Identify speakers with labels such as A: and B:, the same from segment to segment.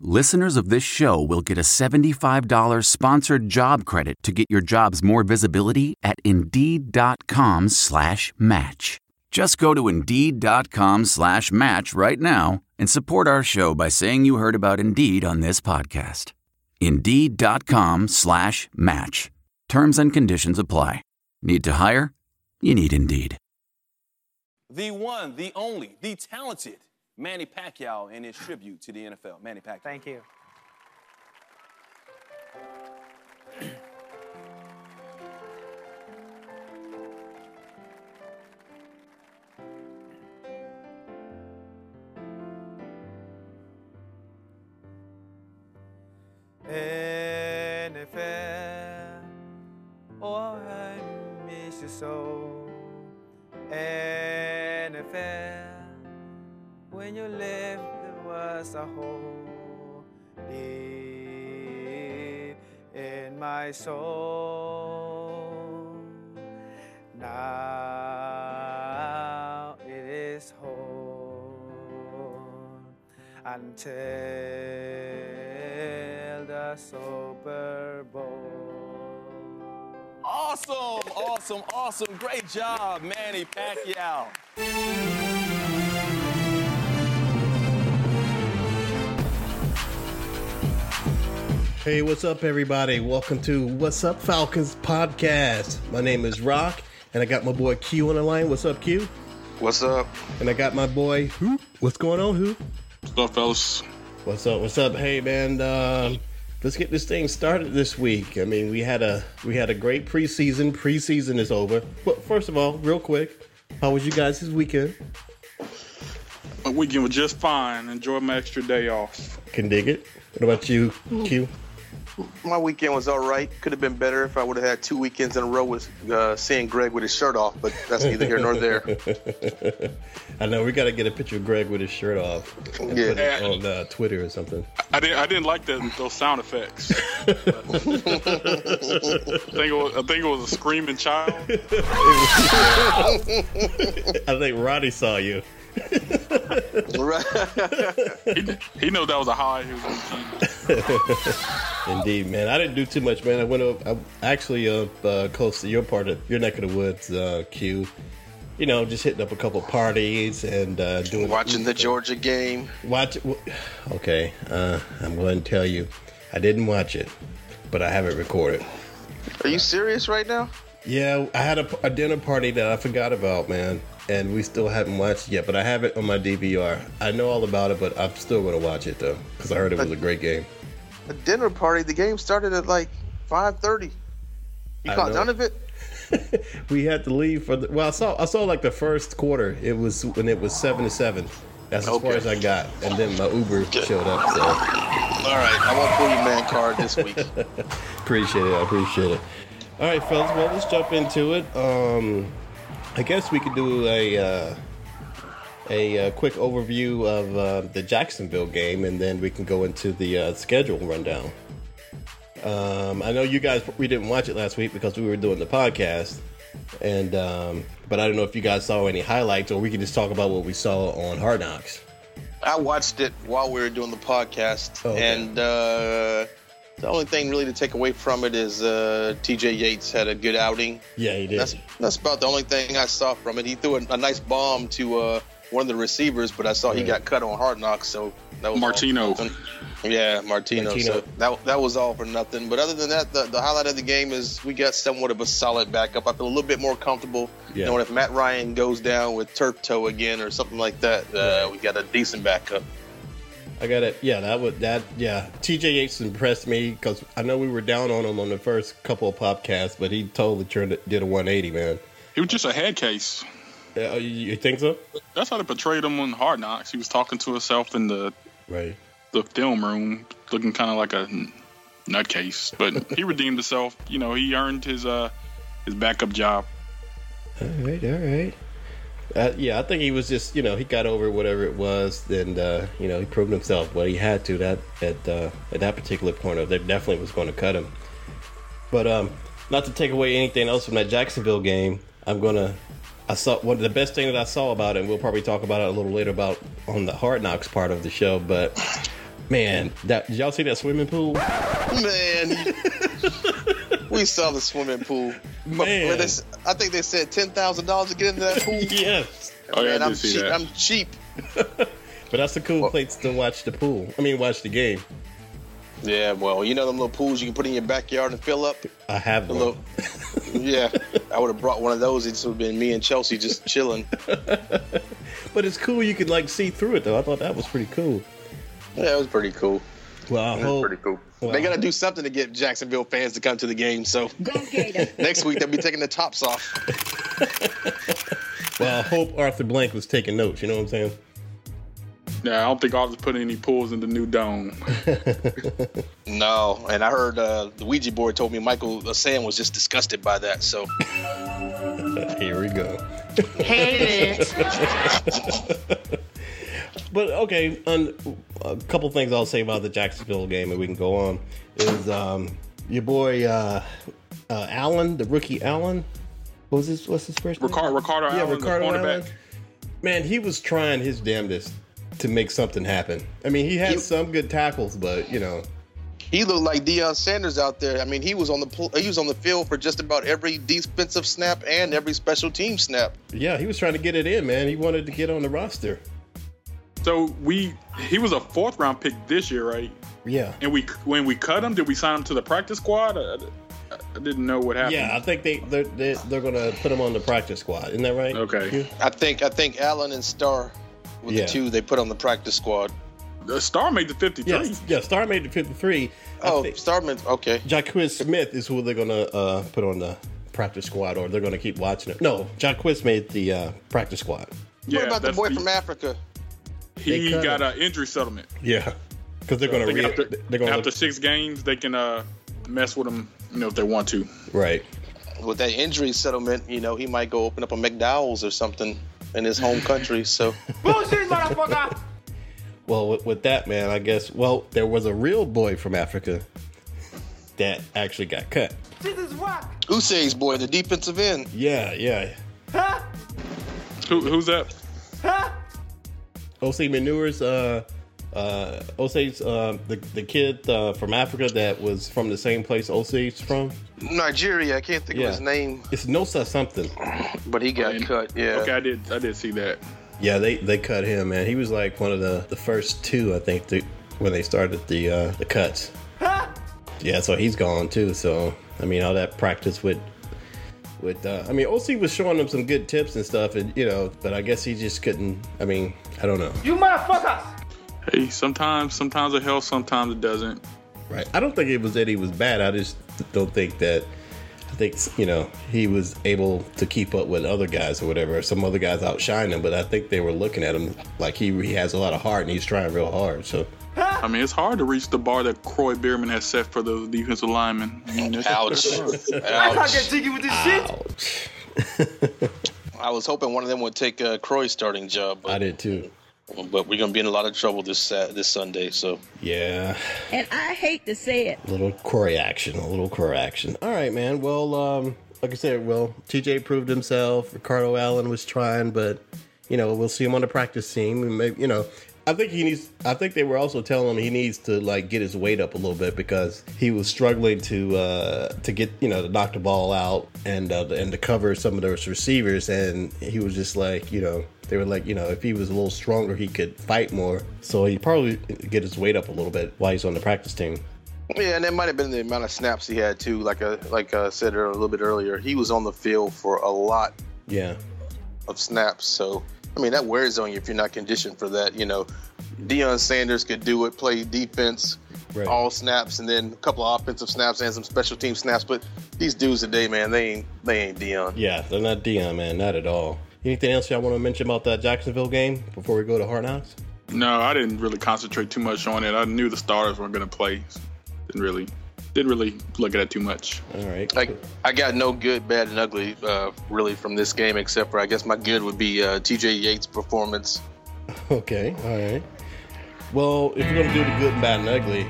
A: listeners of this show will get a $75 sponsored job credit to get your jobs more visibility at Indeed.com slash match. Just go to Indeed.com slash match right now and support our show by saying you heard about Indeed on this podcast. Indeed.com slash match. Terms and conditions apply. Need to hire? You need Indeed.
B: the one, the only, the talented Manny Pacquiao in his tribute to the NFL. Manny Pacquiao.
C: Thank you. NFL, oh, I miss you so. NFL, when you left, there was a hole deep in my soul. Now it is whole until the Super Bowl.
B: Awesome, awesome, awesome. Great job, Manny Pacquiao.
D: Hey, what's up, everybody? Welcome to What's Up Falcons podcast. My name is Rock, and I got my boy Q on the line. What's up, Q?
E: What's up?
D: And I got my boy Hoop. What's going on, Hoop?
E: What's up, fellas?
D: What's up? What's up? Hey, man. Um, let's get this thing started this week. I mean, we had a we had a great preseason. Preseason is over. But first of all, real quick, how was you guys this weekend?
F: My weekend was just fine. Enjoyed my extra day off.
D: Can dig it. What about you, Q?
E: My weekend was all right. Could have been better if I would have had two weekends in a row with uh, seeing Greg with his shirt off, but that's neither here nor there.
D: I know we got to get a picture of Greg with his shirt off and put it
F: Yeah.
D: on uh, Twitter or something.
F: I didn't. I didn't like that, those sound effects. I think it was. I think it was a screaming child.
D: I think Roddy saw you.
E: Right.
F: He, he knows that was a high. He was on G.
D: Indeed, man. I didn't do too much, man. I went up, I actually up uh, close to your part of your neck of the woods, uh, Q. You know, just hitting up a couple parties and uh, doing
E: Watching the Georgia game.
D: watch. Okay, uh, I'm going to tell you, I didn't watch it, but I have it recorded.
E: Are you serious right now?
D: Yeah, I had a, a dinner party that I forgot about, man, and we still haven't watched it yet. But I have it on my DVR. I know all about it, but I'm still going to watch it though because I heard it was a great game.
E: A dinner party. The game started at like 5:30. You
D: I
E: caught
D: know.
E: none of it?
D: we had to leave for the well i saw i saw like the first quarter it was when it was seven to seven that's as far
E: Okay.
D: as i got and then my uber showed up so
E: All right. I want pull your man card this week.
D: appreciate it i appreciate it all right fellas well let's jump into it um i guess we could do a uh a uh, quick overview of uh, the Jacksonville game, and then we can go into the uh, schedule rundown. Um, I know you guys we didn't watch it last week because we were doing the podcast, and um, but I don't know if you guys saw any highlights, or we can just talk about what we saw on Hard Knocks.
E: I watched it while we were doing the podcast,
D: Oh, okay.
E: and uh, the only thing really to take away from it is uh, T.J. Yates had a good outing.
D: Yeah, he did.
E: That's that's about the only thing I saw from it. He threw a, a nice bomb to uh, one of the receivers, but I saw he got cut on hard knocks, so that was all
F: Martino.
E: for nothing. Yeah, Martino.
D: Martino.
E: So that that was all for nothing. But other than that, the, the highlight of the game is we got somewhat of a solid backup. I feel a little bit more comfortable
D: Yeah.
E: knowing if Matt Ryan goes down with turf toe again or something like that, uh, we got a decent backup.
D: I got it. Yeah, that would that. Yeah, T.J. Yates impressed me because I know we were down on him on the first couple of podcasts, but he totally turned it- did a one eighty, man.
F: He was just a head case.
D: Uh, you you think so?
F: That's how they portrayed him on Hard Knocks. He was talking to himself in the
D: Right.
F: the film room, looking kind of like a nutcase. But he redeemed himself. You know, he earned his uh his backup job.
D: All right, all right. Uh, yeah, I think he was just, you know, he got over whatever it was, and uh, you know, he proved himself. Well, he had to that at uh, at that particular corner. They definitely was going to cut him. But um, not to take away anything else from that Jacksonville game, I'm gonna. I saw one of the best thing that I saw about it, and we'll probably talk about it a little later about on the Hard Knocks part of the show. But man, that did y'all see that swimming pool?
E: Man, we saw the swimming pool. But
D: Man.
E: when they s- I think they said ten thousand dollars to get into that pool.
D: Yes.
F: Oh, yeah, I
E: Man,
F: did
E: I'm
F: see
E: cheap.
F: that.
E: I'm cheap.
D: But that's a cool place to watch the pool. I mean, watch the game.
E: Yeah, well, you know them little pools you can put in your backyard and fill up.
D: I have
E: The
D: one.
E: little, yeah, I would have brought one of those. It just would have been me and Chelsea just chilling.
D: But it's cool you could like see through it though. I thought that was pretty cool.
E: Yeah, it was pretty cool.
D: Well, I hope
E: pretty cool.
D: Wow.
E: They got to do something to get Jacksonville fans to come to the game. So
G: Go Gator.
E: next week they'll be taking the tops off.
D: well, I hope Arthur Blank was taking notes. You know what I'm saying?
F: Yeah, I don't think I'll put any pools in the new dome.
E: No, and I heard uh, the Ouija board told me Michael Sam was just disgusted by that. So
D: Here we go.
G: Hey, bitch.
D: But okay, on a couple things I'll say about the Jacksonville game, and we can go on. Is um, your boy uh, uh, Allen, the rookie Allen? What was his what's his first name?
F: Ricardo, Ricardo
D: Yeah,
F: Allen,
D: Ricardo
F: the cornerback.
D: Allen. Man, he was trying his damnedest to make something happen. I mean, he had
E: You-
D: some good tackles, but you know,
E: he looked like Deion Sanders out there. I mean, he was on the pl- he was on the field for just about every defensive snap and every special team snap.
D: yeah, he was trying to get it in, man. He wanted to get on the roster.
F: So we he was a fourth round pick this year, right?
D: Yeah.
F: And we when we cut him, did we sign him to the practice squad? I, I- I didn't know what happened.
D: Yeah, I think they they're, they're, they're gonna put him on the practice squad. Isn't that right?
F: Okay.
E: I think I think Allen and Starr were
D: Yeah.
E: the two they put on the practice squad.
F: The star made the 53.
D: Yeah, yeah. Star made it 53.
E: Oh,
D: I think
E: Starman. Okay,
D: Jacquez Smith is who they're gonna uh, put on the practice squad, or they're gonna keep watching it. No, Jacquez made the uh, practice squad.
F: Yeah,
E: what about the
F: that's
E: boy from Africa?
D: They
F: He
D: cut
F: got
D: him.
F: an injury settlement.
D: Yeah, because they're
F: I
D: gonna
F: think
D: re-
F: after,
D: they're gonna
F: after
D: look-
F: six games, they can uh, mess with him, you know, if they want to.
D: right.
E: With that injury settlement, you know, he might go open up a McDowell's or something in his home country. So
C: Bullshit, motherfucker!
D: Well, with, with that man, I guess. Well, there was a real boy from Africa that actually got cut.
C: This is what?
E: Usay's boy, the defensive end.
D: Yeah, yeah.
C: Huh?
F: Who, who's that?
C: Huh?
D: OC Manures, uh, uh, OC's, uh, the, the kid uh, from Africa that was from the same place OC's from.
E: Nigeria. I can't think
D: Yeah.
E: of his name,
D: It's Nosa something.
E: but he got
F: And-
E: cut. Yeah.
F: Okay, I did. I did see that.
D: Yeah, they, they cut him, man. He was like one of the, the first two, I think, to, when they started the uh, the cuts. Yeah, so he's gone too. So I mean, all that practice with with uh, I mean, OC was showing him some good tips and stuff, and you know, but I guess he just couldn't. I mean, I don't know.
C: You motherfuckers!
F: Hey, sometimes, sometimes it helps, sometimes it doesn't.
D: Right. I don't think it was that he was bad. I just don't think that. I think you know he was able to keep up with other guys or whatever. Some other guys outshine him, but I think they were looking at him like he he has a lot of heart and he's trying real hard. So
F: I mean, it's hard to reach the bar that Croy Bierman has set for those defensive linemen. I mean, that's-
E: Ouch.
C: I can't
E: Ouch.
C: get jiggy with this shit!
D: ouch.
E: I was hoping one of them would take uh, Croy's starting job,
D: I
E: but,
D: did too.
E: but we're gonna be in a lot of trouble this Sat this Sunday. So
D: Yeah,
G: And I hate to say it.
D: little Corey action, a little Corey action. All right, man. Well, um, like I said, well, TJ proved himself. Ricardo Allen was trying, but you know, we'll see him on the practice team. And maybe, you know, I think he needs. I think they were also telling him he needs to like get his weight up a little bit because he was struggling to uh, to get you know to knock the ball out and uh, and to cover some of those receivers. And he was just like, you know, they were like, you know, if he was a little stronger, he could fight more. So he probably get his weight up a little bit while he's on the practice team.
E: yeah, and that might have been the amount of snaps he had too. Like I like I said a little bit earlier, he was on the field for a lot
D: Yeah.
E: of snaps. So I mean that wears on you if you're not conditioned for that. You know, Deion Sanders could do it, play defense.
D: Right.
E: All snaps and then a couple of offensive snaps and some special team snaps, but these dudes today, man, they ain't they ain't Dion.
D: Yeah, they're not Dion, man, not at all. Anything else y'all want to mention about that Jacksonville game before we go to Hard Knocks?
F: No, I didn't really concentrate too much on it. I knew the starters weren't going to play. Didn't really. Didn't really look at it too much.
D: All right.
G: Like I got no good, bad, and ugly uh, really from this game, except for I guess my good would be uh, T.J. Yates' performance.
D: Okay, all right. Well, if we're gonna do the good and bad and ugly,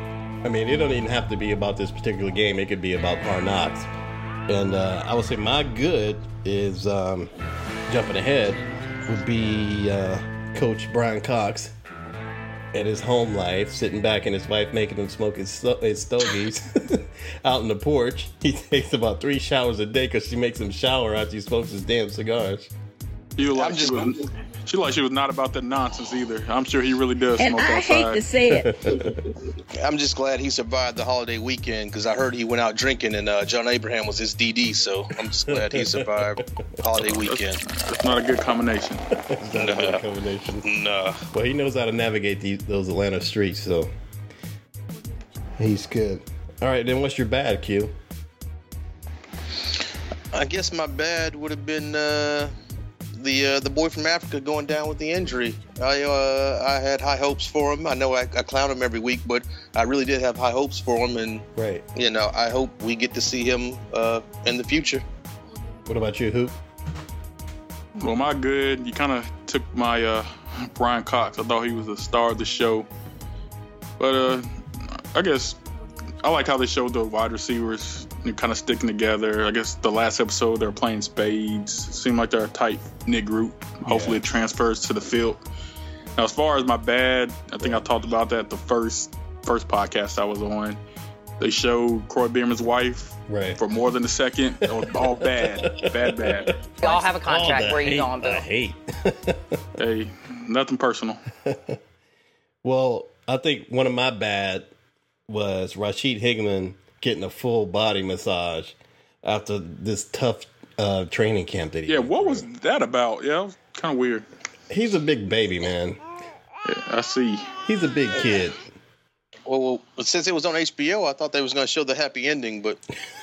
D: I mean, it don't even have to be about this particular game. It could be about Parnats. And uh, I would say my good is um, jumping ahead would be uh, Coach Brian Cox at his home life, sitting back and his wife making him smoke his, sto- his stogies out in the porch. He takes about three showers a day because she makes him shower after he smokes his damn cigars.
F: She was like,
G: just-
F: she, was, she like she was not about that nonsense either. I'm sure he really does
H: And
F: smoke
H: I hate
F: outside.
H: to say it.
G: I'm just glad he survived the holiday weekend because I heard he went out drinking and uh, John Abraham was his DD. So I'm just glad he survived holiday weekend.
F: It's not a good combination.
D: It's not a good combination.
G: Nah.
D: Well, he knows how to navigate these, those Atlanta streets, so he's good. All right, then what's your bad, Q?
G: I guess my bad would have been uh, the uh, the boy from Africa going down with the injury. I uh, I had high hopes for him. I know I, I clown him every week, but I really did have high hopes for him, and
D: Right.
G: you know I hope we get to see him uh, in the future.
D: What about you, Hoop?
F: Well, my good, you kind of took my uh, Brian Cox. I thought he was the star of the show, but uh, I guess I like how they showed the wide receivers kind of sticking together. I guess the last episode they're playing spades. Seemed like they're a tight knit group. Hopefully, it transfers to the field. Now, as far as my bad, I think I talked about that the first first podcast I was on. They showed Croy Beerman's wife
D: Right.
F: for more than a second. That was all bad, bad, bad.
I: Y'all have a contract.
D: All the
I: Where you
D: hate,
I: going,
D: the
I: Bill?
D: hate.
F: Hey, nothing personal.
D: Well, I think one of my bad was Rashid Hickman getting a full body massage after this tough uh, training camp that he
F: Yeah, what was that about? Yeah, kind of weird.
D: He's a big baby, man.
F: Yeah, I see.
D: He's a big kid.
G: Well, well since it was on HBO, I thought they was going to show the happy ending, but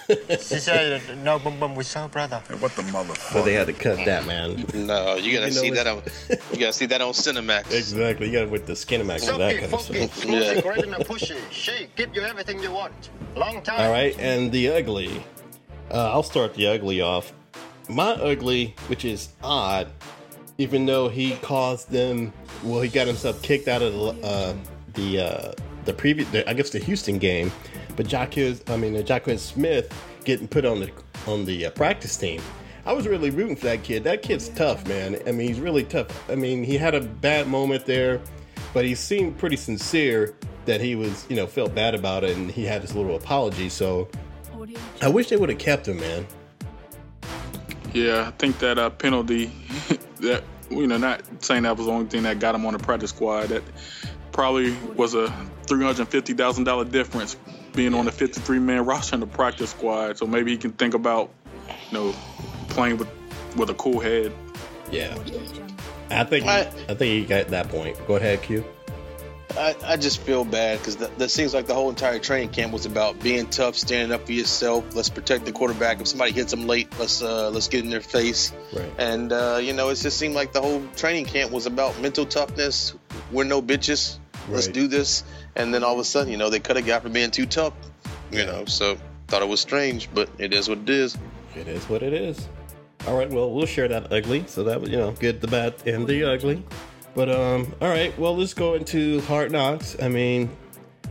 C: She said, no, boom, boom, we saw brother.
J: What the motherfucker?
D: But they had to cut that, man.
G: no, you got to
D: You know,
G: see
D: it's-
G: that on you got to see that on Cinemax.
D: exactly. You got to with the Skinemax for that
C: Soapy,
D: kind of stuff.
C: funky, smoothie,
G: Yeah.
C: great and a pushy. She give you everything you want. Long time.
D: All right, and the ugly. Uh, I'll start the ugly off. My ugly, which is odd, even though he caused them, well, he got himself kicked out of the uh, the uh, the previous, the, I guess, the Houston game. But Jacquez, I mean, uh, Jacquez Smith getting put on the on the uh, practice team. I was really rooting for that kid. That kid's tough, man. I mean, he's really tough. I mean, he had a bad moment there but he seemed pretty sincere that he was, you know, felt bad about it and he had this little apology. So I wish they would have kept him, man.
F: Yeah, I think that uh, penalty, that you know, not saying that was the only thing that got him on the practice squad. That probably was a three hundred fifty thousand dollar difference being on the fifty three man roster in the practice squad. So maybe he can think about, you know, playing with with a cool head.
D: Yeah. I think I,
G: I-
D: think he got that point. Go ahead, Q.
G: I, I just feel bad because that, that seems like the whole entire training camp was about being tough, standing up for yourself. Let's protect the quarterback. If somebody hits him late, let's uh, let's get in their face.
D: Right.
G: And uh, you know, it just seemed like the whole training camp was about mental toughness. We're no bitches. Let's
D: Right.
G: do this. And then all of a sudden, you know, they cut a guy for being too tough. You know, so thought it was strange, but it is what it is.
D: It is what it is. All right, well, we'll share that ugly. So that was, you know, good, the bad, and the ugly. But um, all right, well, let's go into Hard Knocks. I mean,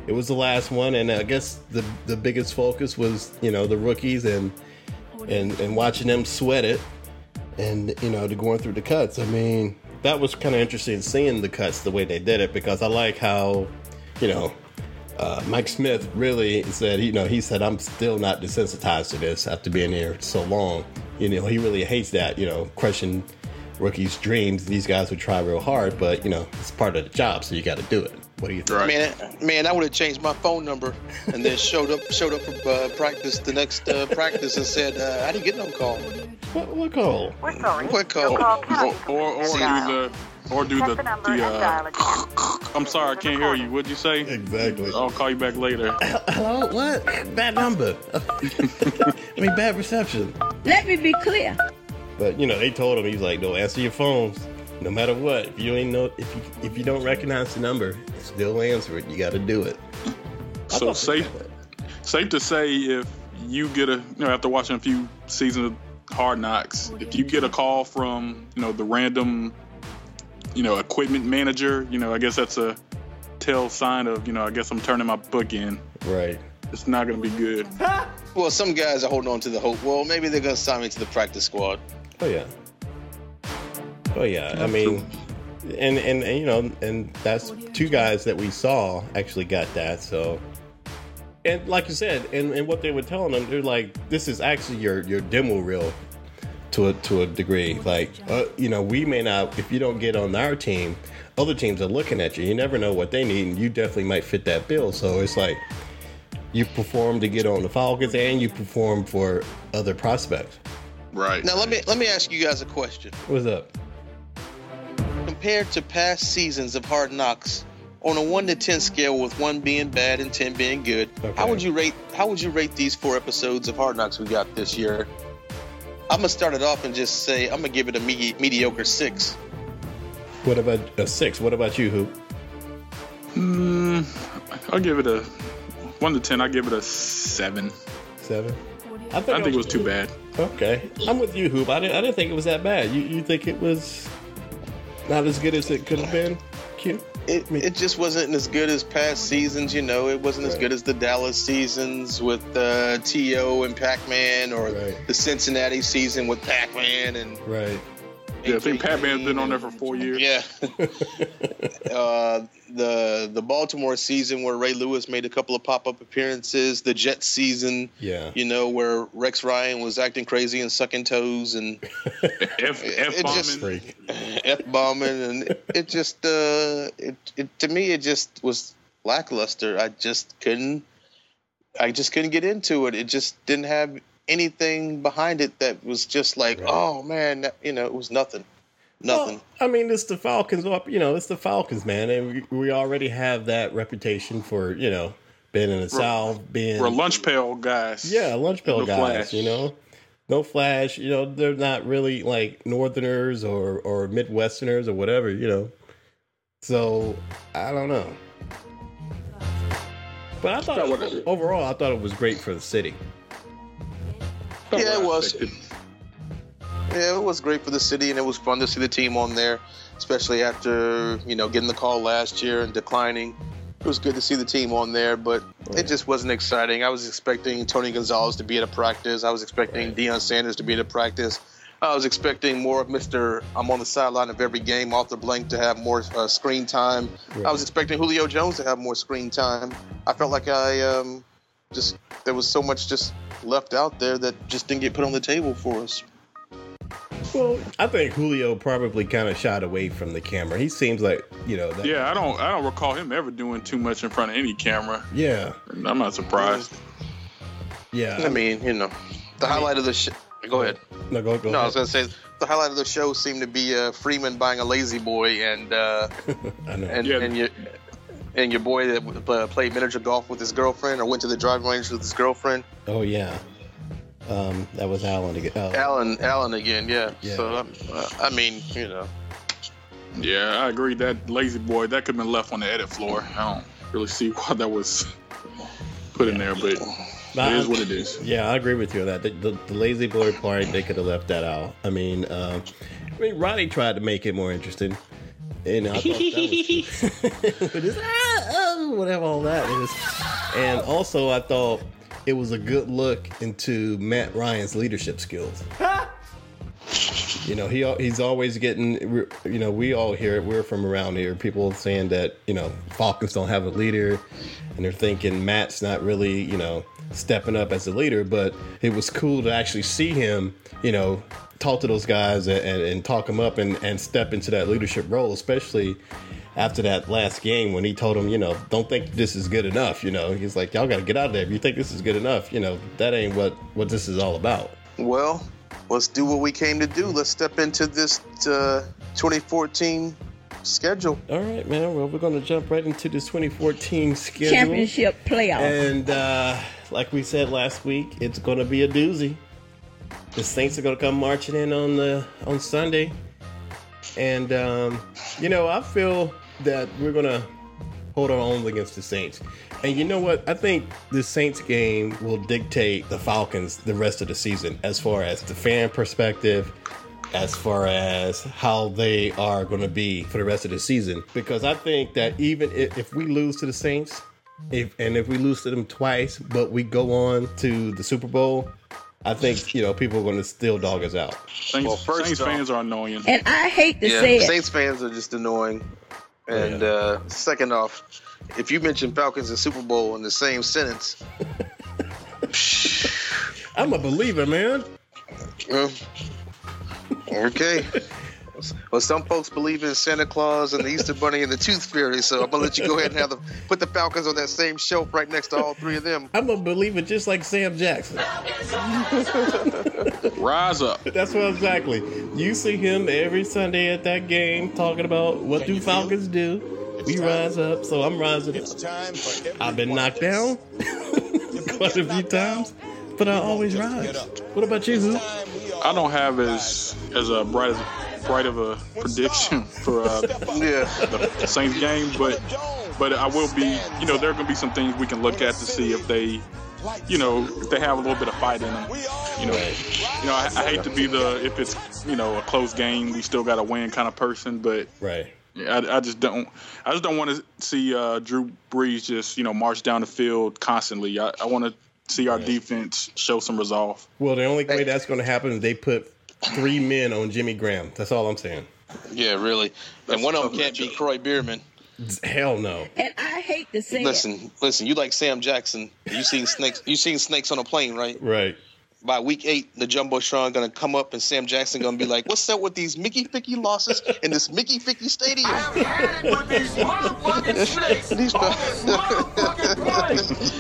D: it was the last one, and I guess the the biggest focus was, you know, the rookies and and and watching them sweat it, and you know, to going through the cuts. I mean, that was kind of interesting seeing the cuts the way they did it because I like how, you know, uh, Mike Smith really said, you know, he said, I'm still not desensitized to this after being here so long. You know, he really hates that, you know, crushing rookies' dreams. These guys would try real hard, but, you know, it's part of the job, so you got to do it. What do you think?
F: Right.
G: Man, man, I would have changed my phone number and then showed up showed up for uh, practice the next uh, practice and said uh, I didn't get no call.
D: What, what call?
E: We're sorry.
G: Quick call.
F: Or or, or do the or do the, the uh, I'm sorry, I can't hear you. What'd you say?
D: Exactly.
F: I'll call you back later.
D: Hello? What? Bad number. I mean, bad reception.
H: Let me be clear.
D: But you know, they told him he's like, "No, answer your phones, no matter what. If you ain't know, if you if you don't recognize the number, still answer it. You got to do it." I
F: So
D: thought they
F: safe,
D: did that.
F: safe to say if you get a you know after watching a few seasons of Hard Knocks,
D: Oh,
F: if you get a call from you know the random you know equipment manager, you know I guess that's a tell sign of you know I guess I'm turning my book in.
D: Right.
F: It's not gonna be good.
C: Huh?
E: Well, some guys are holding on to the hope. Well, maybe they're gonna sign me to the practice squad.
D: Oh yeah. Oh yeah. I mean, and, and and you know, and that's two guys that we saw actually got that. So, and like you said, and, and what they were telling them, they're like, this is actually your your demo reel to a to a degree. Like, uh, you know, we may not if you don't get on our team, other teams are looking at you. You never know what they need, and you definitely might fit that bill. So it's like. You perform to get on the Falcons, and you perform for other prospects.
F: Right.
E: Now, let me let me ask you guys a question.
D: What's up?
E: Compared to past seasons of Hard Knocks, on a one to ten scale, with one being bad and ten being good,
D: Okay.
E: how would you rate how would you rate these four episodes of Hard Knocks we got this year? I'm gonna start it off and just say I'm gonna give it a medi- mediocre six.
D: What about a six? What about you, Hoop?
F: Mm, I'll give it a one to ten. I give it a seven.
D: Seven.
F: I don't think it was too bad.
D: Okay, I'm with you, Hoop. I didn't, I didn't think it was that bad. You you think it was not as good as it could have been? Q.
E: It,
D: Me-
E: it just wasn't as good as past seasons, you know. It wasn't as
D: Right.
E: good as the Dallas seasons with uh, T.O. and Pac Man, or
D: Right.
E: the Cincinnati season with Pac Man and
D: Right.
F: Yeah, I think Pat Man's been on there for four years.
E: Yeah. uh, the the Baltimore season where Ray Lewis made a couple of pop up appearances. The Jets season,
D: Yeah.
E: you know, where Rex Ryan was acting crazy and sucking toes and
F: F F
E: just-
F: bombing.
D: Freak.
E: f bombing, and it just uh, it, it to me it just was lackluster. I just couldn't, I just couldn't get into it. It just didn't have anything behind it that was just like,
D: Right.
E: oh man, that- you know, it was nothing, nothing.
D: Well, I mean, it's the Falcons. up- You know, it's the Falcons, man, and we, we already have that reputation for you know being in the South, being
F: We're lunch pail guys.
D: yeah, lunch pill
F: No
D: guys.
F: flash.
D: You know, no flash. You know, they're not really like Northerners or or Midwesterners or whatever. You know, so I don't know. But I thought overall, I thought it was great for the city.
F: Not
E: Yeah,
F: what
E: it
F: I
E: was.
F: expected.
E: Yeah, it was great for the city, and it was fun to see the team on there, especially after you know getting the call last year and declining. It was good to see the team on there, but it just wasn't exciting. I was expecting Tony Gonzalez to be at a practice. I was expecting Deion Sanders to be at a practice. I was expecting more of Mr. I'm on the sideline of every game off the blank to have more uh, screen time. I was expecting Julio Jones to have more screen time. I felt like I um, just, there was so much just left out there that just didn't get put on the table for us.
D: Well, I think Julio probably kind of shied away from the camera. He seems like you know. That,
F: Yeah, I don't. I don't recall him ever doing too much in front of any camera.
D: Yeah.
F: I'm not surprised.
D: Yeah.
E: I mean, you know, the highlight of the show. Go ahead.
D: no, go, go
E: No, I
D: ahead.
E: was gonna say the highlight of the show seemed to be uh, Freeman buying a lazy boy, and uh,
D: I know.
E: and
F: Yeah.
E: and your and your boy that w- uh, played miniature golf with his girlfriend, or went to the driving range with his girlfriend,
D: oh yeah. Um, that was Alan again. Oh,
E: Alan, Alan again, yeah.
D: Yeah.
E: So um, uh, I mean, you know,
F: Yeah, I agree. That lazy boy that could have been left on the edit floor. I don't really see why that was put in there, but
D: Nah,
F: it is what it is.
D: Yeah, I agree with you on that. The, the, the lazy boy part, they could have left that out. I mean, um I mean, Ronnie tried to make it more interesting. And I thought that was but it's, ah, oh, whatever all that is. And also, I thought it was a good look into Matt Ryan's leadership skills.
C: Huh?
D: You know, he al- he's always getting. we're- You know, we all hear it. We're from around here. People saying that you know Falcons don't have a leader, and they're thinking Matt's not really you know stepping up as a leader. But it was cool to actually see him. You know, talk to those guys and, and, and talk them up and, and step into that leadership role, especially after that last game when he told him, you know, don't think this is good enough. You know, he's like, y'all got to get out of there. If you think this is good enough, you know, that ain't what what this is all about.
E: well, let's do what we came to do. Let's step into this uh, 2014 schedule.
D: All right, man. Well, we're gonna jump right into this 2014 schedule,
G: Championship playoff.
D: and uh, like we said last week, it's gonna be a doozy. The Saints are gonna come marching in on the on Sunday, and um, you know I feel that we're gonna hold our own against the Saints. And you know what? I think the Saints game will dictate the Falcons the rest of the season as far as the fan perspective, as far as how they are going to be for the rest of the season. Because I think that even if, if we lose to the Saints, if and if we lose to them twice, but we go on to the Super Bowl, I think you know people are going to still dog us out.
F: Saints,
E: Well, first
F: Saints
E: off-
F: fans are annoying.
G: And I hate to say it.
E: Saints fans are just annoying. And
D: Yeah.
E: uh, second off, if you mention Falcons and Super Bowl in the same sentence,
D: I'm a believer, man.
E: well, okay. Well, some folks believe in Santa Claus and the Easter Bunny and the Tooth Fairy, so I'm gonna let you go ahead and have the put the Falcons on that same shelf right next to all three of them.
D: I'm a believer, just like Sam Jackson.
F: Rise up.
D: That's what exactly. You see him every Sunday at that game talking about what do Falcons do. we rise up, so I'm rising up.
K: Time for every
D: I've been knocked down quite a few times, but I always rise. What about you, Zoo?
K: time we all
F: I don't have as as a bright as bright of a prediction for uh,
E: Yeah,
F: the Saints game, but but I will be. You know, there are gonna be some things we can look at to see if they, you know, if they have a little bit of fight in them. You know, you know, I, I hate to be the if it's you know a close game, we still gotta win kind of person, but
D: Right.
F: I, I just don't. I just don't want to see uh, Drew Brees just you know march down the field constantly. I, I want to see our defense show some resolve.
D: Well, the only way that's going to happen is they put three men on Jimmy Graham. That's all I'm saying.
E: yeah, really. And one of them can't be Croy Bierman.
D: Hell no.
G: And I hate to say it.
E: Listen, listen. You like Sam Jackson? You seen snakes? You seen snakes on a plane, right?
D: Right.
E: by week eight, the jumbotron gonna come up and Sam Jackson gonna be like, "What's up with these Mickey Ficky losses in this Mickey Ficky Stadium?" These-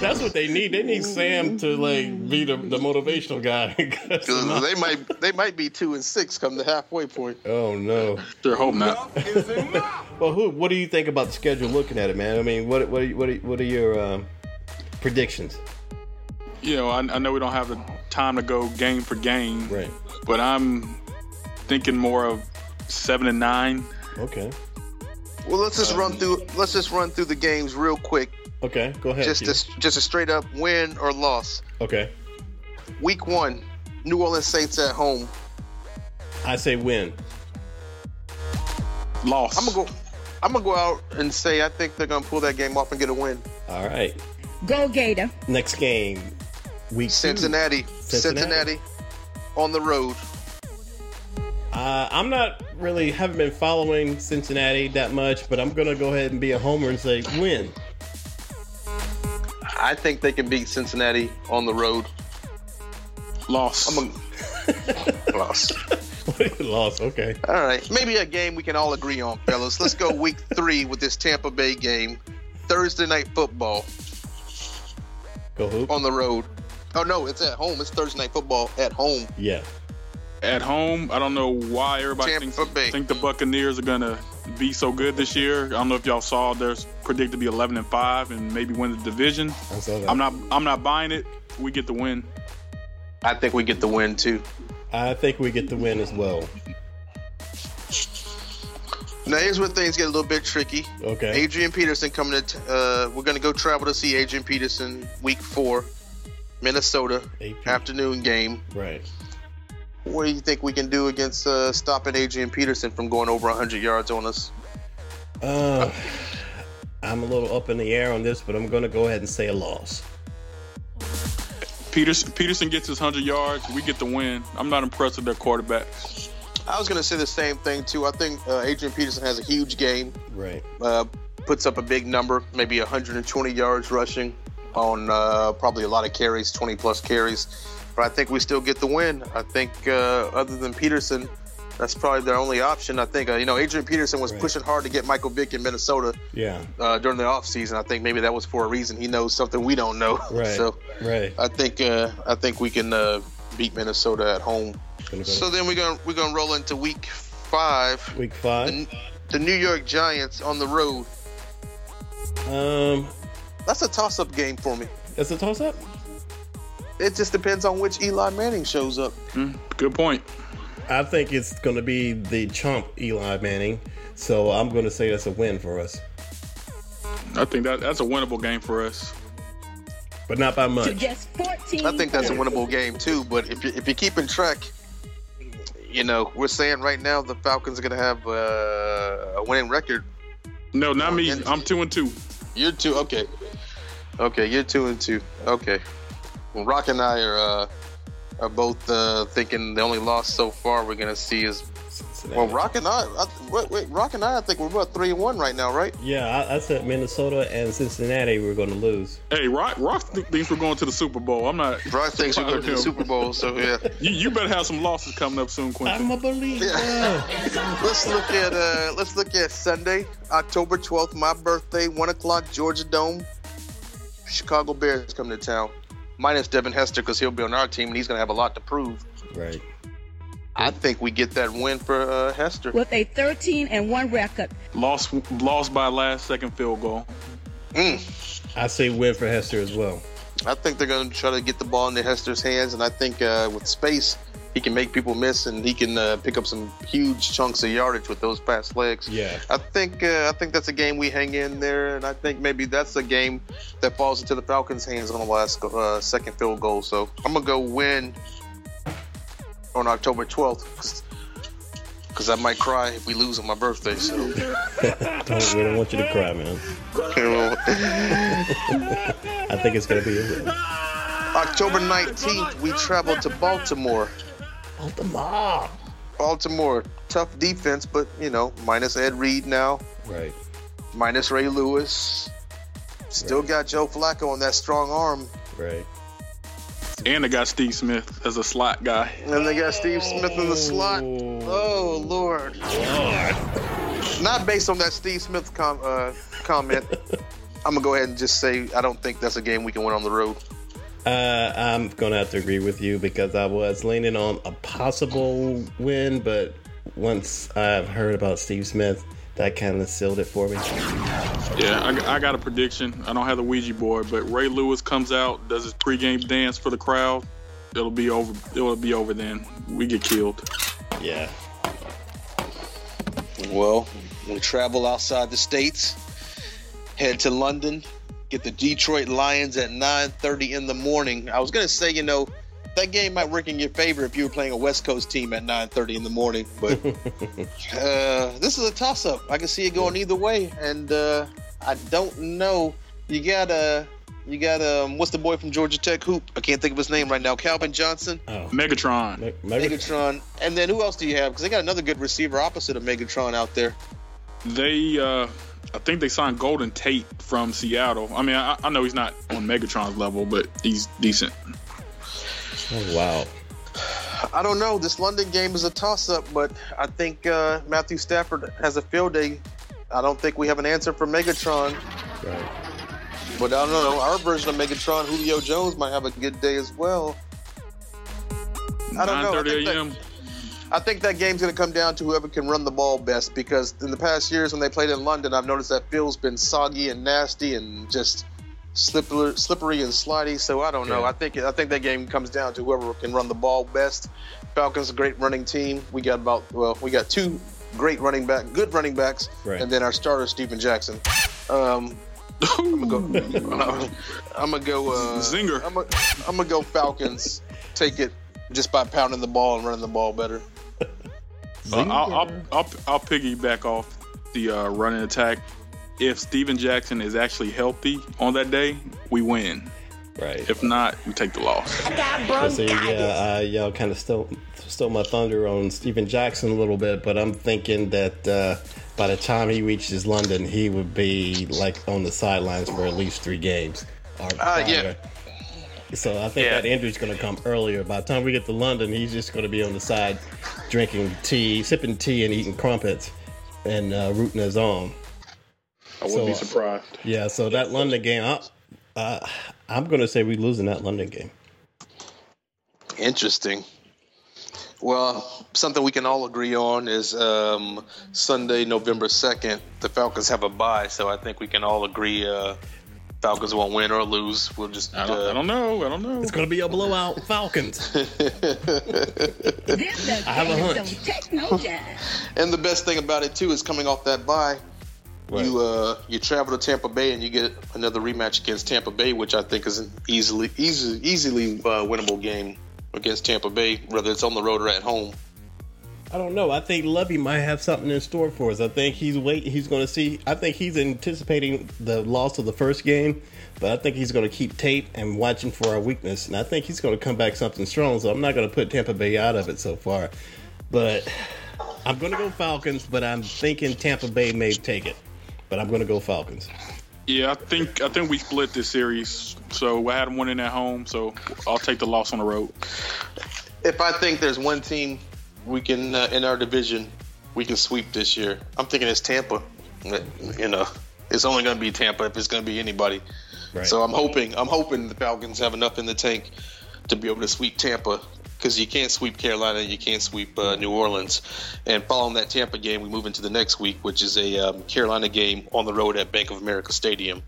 D: That's what they need. They need Sam to like be the, the motivational guy. 'Cause-
E: they might they might be two and six come the halfway point.
D: oh no.
F: Sure hope not.
D: Well, who? What do you think about the schedule? Looking at it, man. I mean, what what are, what are, what are your um, predictions?
F: You know, I, I know we don't have the time to go game for game,
D: Right.
F: but I'm thinking more of seven and nine.
D: Okay.
E: Well, let's just run through let's just run through the games real quick.
D: Okay. Go ahead.
E: Just
D: Keith.
E: a, just a straight up win or loss.
D: okay.
E: Week one, New Orleans Saints at home.
D: I say win.
F: Loss.
E: I'm gonna go. I'm gonna go out and say I think they're gonna pull that game off and get a win.
D: All right.
G: Go Gator.
D: Next game, week two.
E: Cincinnati,
D: Cincinnati.
E: Cincinnati on the road.
D: Uh, I'm not really haven't been following Cincinnati that much, but I'm gonna go ahead and be a homer and say win.
E: I think they can beat Cincinnati on the road.
F: Loss.
E: I'm a loss.
D: Lost. Okay.
E: All right, maybe a game we can all agree on, fellas. Let's go week three with this Tampa Bay game, Thursday night football
D: Go hoop.
E: on the road. Oh no, it's at home. It's Thursday night football at home.
D: Yeah.
F: at home. I don't know why everybody
E: Tampa
F: thinks
E: Bay.
F: think the Buccaneers are gonna be so good this year. I don't know if y'all saw they're predicted to be 11 and five and maybe win the division.
D: I saw that.
F: I'm not. I'm not buying it. We get the win.
E: I think we get the win too.
D: I think we get the win as well.
E: Now here's where things get a little bit tricky.
D: Okay.
E: Adrian Peterson coming to. T- uh, we're gonna go travel to see Adrian Peterson week four, Minnesota
D: AP.
E: afternoon game.
D: Right.
E: What do you think we can do against uh, stopping Adrian Peterson from going over 100 yards on us?
D: Uh, I'm a little up in the air on this, but I'm gonna go ahead and say a loss.
F: Peterson, Peterson gets his 100 yards. We get the win. I'm not impressed with their quarterbacks.
E: I was going to say the same thing, too. I think uh, Adrian Peterson has a huge game,
D: Right.
E: uh, puts up a big number, maybe 120 yards rushing on uh, probably a lot of carries, 20 plus carries. But I think we still get the win. I think, uh, other than Peterson, that's probably their only option. I think, uh, you know, Adrian Peterson was
D: Right.
E: pushing hard to get Michael Vick in Minnesota
D: Yeah.
E: uh, during the offseason. I think maybe that was for a reason. He knows something we don't know.
D: Right.
E: so
D: right.
E: I think uh, I think we can uh, beat Minnesota at home.
D: Gonna go
E: So then we're gonna we're gonna roll into week five.
D: week five.
E: The, the New York Giants on the road.
D: Um,
E: That's a toss-up game for me.
D: that's a toss up.
E: It just depends on which Eli Manning shows up.
F: Good point.
D: I think it's gonna be the chump Eli Manning. So I'm gonna say that's a win for us.
F: I think that that's a winnable game for us.
D: but not by
G: to
D: much.
G: just 14.
E: I think that's a
G: points.
E: winnable game too. But if you if you're keeping track, you know we're saying right now the Falcons are gonna have uh, a winning record.
F: No, not me.
E: Against-
F: I'm two and two.
E: You're two, okay, okay. You're two and two, okay. Well, Rock and I are uh, are both uh, thinking the only loss so far we're gonna see is well, Rock and I. I wait, wait, Rock and I. I think we're about three and one right now, right?
D: Yeah, I, I said Minnesota and Cincinnati were going to lose.
F: Hey, Rock, Rock th- thinks we're going to the Super Bowl. I'm not.
E: Rock thinks we're going to the
F: Yeah.
E: Super Bowl, so yeah.
F: You, you better have some losses coming up soon, Quincy.
D: I'm a believer.
E: Let's look at uh, let's look at Sunday, October twelfth, my birthday, one o'clock, Georgia Dome. Chicago Bears come to town, minus Devin Hester because he'll be on our team and he's gonna have a lot to prove.
D: Right.
E: I think we get that win for uh, Hester.
G: With a 13 and 1 record.
F: Lost, lost by last second field goal.
D: I say win for Hester as well.
E: I think they're gonna try to get the ball into Hester's hands, and I think uh, with space he can make people miss and he can uh, pick up some huge chunks of yardage with those fast legs.
D: Yeah.
E: I think uh, I think that's a game we hang in there, and I think maybe that's a game that falls into the Falcons' hands on the last uh, second field goal. So I'm gonna go win on October 12th because I might cry if we lose on my birthday. So
D: Don't, we don't want you to cry, man. I think it's going to be a win.
E: October 19th, we travel to Baltimore.
D: Baltimore.
E: Baltimore, tough defense, but you know, minus Ed Reed now,
D: Right.
E: minus Ray Lewis. Still got Joe Flacco on that strong arm.
D: Right.
F: And they got Steve Smith as a slot guy.
E: And they got Steve Smith in the slot. Oh Lord! Not based on that Steve Smith com- uh, comment. I'm gonna go ahead and just say I don't think that's a game we can win on the road.
D: Uh, I'm going to have to agree with you because I was leaning on a possible win, but once I've heard about Steve Smith, that kind of sealed it for me.
F: Yeah, I, I got a prediction. I don't have the Ouija board, but Ray Lewis comes out, does his pregame dance for the crowd. It'll be over. It'll be over then. We get killed.
D: Yeah.
E: Well, we travel outside the states, head to London, get the Detroit Lions at 9:30 in the morning. I was gonna say, you know, that game might work in your favor if you were playing a West Coast team at 9:30 in the morning, but uh, this is a toss-up. I can see it going either way, and uh, I don't know. You got uh, you got um, what's the boy from Georgia Tech hoop? I can't think of his name right now. Calvin Johnson.
D: Oh.
F: Megatron.
D: Me- Mega-
E: Megatron, and then who else do you have? Because they got another good receiver opposite of Megatron out there.
F: They, uh, I think they signed Golden Tate from Seattle. I mean, I, I know he's not on Megatron's level, but he's decent.
D: oh, wow.
E: I don't know. This London game is a toss-up, but I think uh, Matthew Stafford has a field day. I don't think we have an answer for Megatron,
D: Right.
E: but I don't know. Our version of Megatron, Julio Jones, might have a good day as well. I don't know. I
F: 9:30
E: think that-
F: a.m.
E: I think that game's going to come down to whoever can run the ball best because in the past years when they played in London, I've noticed that field's been soggy and nasty and just slippery, slippery and slidey. So I don't know. I think I think that game comes down to whoever can run the ball best. Falcons a great running team. We got about well, we got two great running back, good running backs,
D: Right.
E: and then our starter Stephen Jackson. Um, I'm gonna go. I'm gonna go. Uh,
F: Zinger.
E: I'm gonna, I'm gonna go Falcons. take it just by pounding the ball and running the ball better.
F: Uh, I'll, I'll, I'll, I'll piggyback off the uh, running attack. If Steven Jackson is actually healthy on that day, we win.
D: Right.
F: If not, we take the loss.
D: So yeah, uh, y'all kind of stole stole my thunder on Steven Jackson a little bit, but I'm thinking that uh, by the time he reaches London, he would be like on the sidelines for at least three games. Or
E: Ah, yeah.
D: prior. So I think
E: Yeah.
D: that injury's going to come earlier. By the time we get to London, he's just going to be on the side, drinking tea, sipping tea, and eating crumpets, and uh, rooting his on.
F: I wouldn't
D: So,
F: be surprised.
D: Yeah. So that London game, I, uh, I'm going to say we're losing that London game.
E: Interesting. Well, something we can all agree on is um, Sunday, November 2nd, the Falcons have a bye, so I think we can all agree uh, Falcons won't win or lose. We'll just.
F: I don't, I don't know. I don't know.
D: It's going to be a blowout, Falcons.
G: This the
D: have a
G: game
D: hunch.
G: don't take no time.
E: And the best thing about it, too, is coming off that bye,
D: Right.
E: You uh, you travel to Tampa Bay and you get another rematch against Tampa Bay, which I think is an easily easy, easily uh, winnable game against Tampa Bay, whether it's on the road or at home.
D: I don't know. I think Levy might have something in store for us. I think he's waiting. He's going to see. I think he's anticipating the loss of the first game, but I think he's going to keep tape and watching for our weakness. And I think he's going to come back something strong. So I'm not going to put Tampa Bay out of it so far, but I'm going to go Falcons. But I'm thinking Tampa Bay may take it. But I'm going to go Falcons.
F: Yeah, I think I think we split this series. So I had them winning at home. So I'll take the loss on the road.
E: If I think there's one team we can uh, in our division we can sweep this year, I'm thinking it's Tampa. Uh, You know, it's only going to be Tampa if it's going to be anybody.
D: Right.
E: So I'm hoping I'm hoping the Falcons have enough in the tank to be able to sweep Tampa because you can't sweep Carolina, you can't sweep uh, New Orleans, and following that Tampa game, we move into the next week, which is a um, Carolina game on the road at Bank of America Stadium.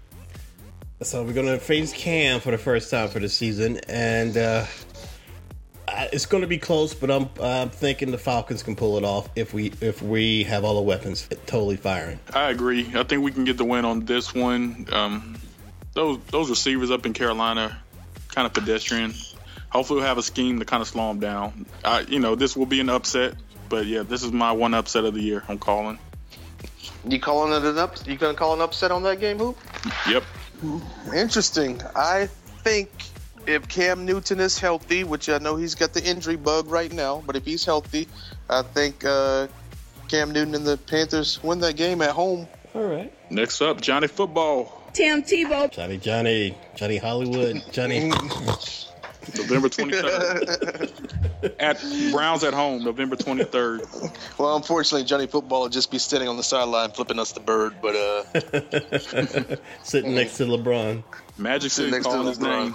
D: So we're gonna face Cam for the first time for the season, and uh, I, it's gonna be close. But I'm I'm thinking the Falcons can pull it off if we if we have all the weapons totally firing.
F: I agree. I think we can get the win on this one. Um, those those receivers up in Carolina, kind of pedestrian. Hopefully, we'll have a scheme to kind of slow them down. I, you know, this will be an upset, but yeah, this is my one upset of the year. I'm calling.
E: You calling it an up? You gonna call an upset on that game, Hoop?
F: Yep.
E: Interesting. I think if Cam Newton is healthy, which I know he's got the injury bug right now, but if he's healthy, I think uh, Cam Newton and the Panthers win that game at home.
D: All right,
F: Next up, Johnny Football,
G: Tim Tebow,
D: Johnny, Johnny, Johnny Hollywood, Johnny.
F: November 23rd at Browns at home, November 23rd.
E: Well, unfortunately, Johnny Football will just be standing on the sideline flipping us the bird, but uh,
D: sitting next to LeBron.
F: Magic City
E: Next to
F: calling his
E: LeBron.
F: name.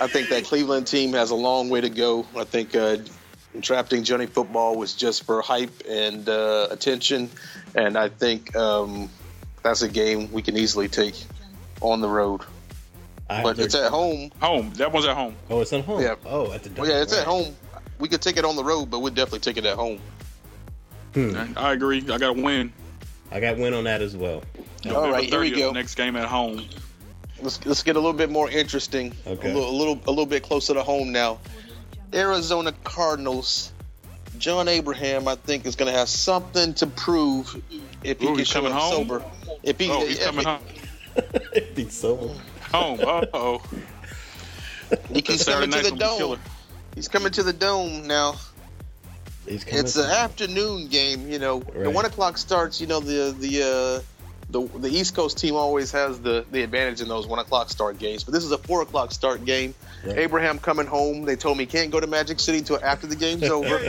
E: I think that Cleveland team has a long way to go. I think uh, drafting Johnny Football was just for hype and uh, attention, and I think um, that's a game we can easily take on the road.
D: I
E: But it's at home.
F: Home. That one's at home.
D: oh, it's at home.
E: Yeah.
D: Oh, at the
E: Well, yeah, it's
D: right.
E: at home. We could take it on the road, but we'd definitely take it at home. Hmm.
F: I agree. I got to win.
D: I got win on that as well.
E: All right, here we
F: 30th,
E: go.
F: Next game at home.
E: Let's, let's get a little bit more interesting.
D: Okay.
E: A, little, a little, a little bit closer to home now. Arizona Cardinals. John Abraham, I think, is going to have something to prove if he
F: Ooh,
E: can
F: he's
E: show
F: coming
E: up
F: home?
E: sober. If he,
F: Oh, he's
E: if
F: coming
E: he-
F: home.
D: He's so
F: Home. Uh oh.
E: he keeps coming to the dome. He's coming to the dome now.
D: he's coming.
E: It's an afternoon game, you know. The
D: Right.
E: one o'clock starts. You know the the uh, the the East Coast team always has the the advantage in those one o'clock start games. But this is a four o'clock start game.
D: Right.
E: Abraham coming home. They told me he can't go to Magic City until after the game's over.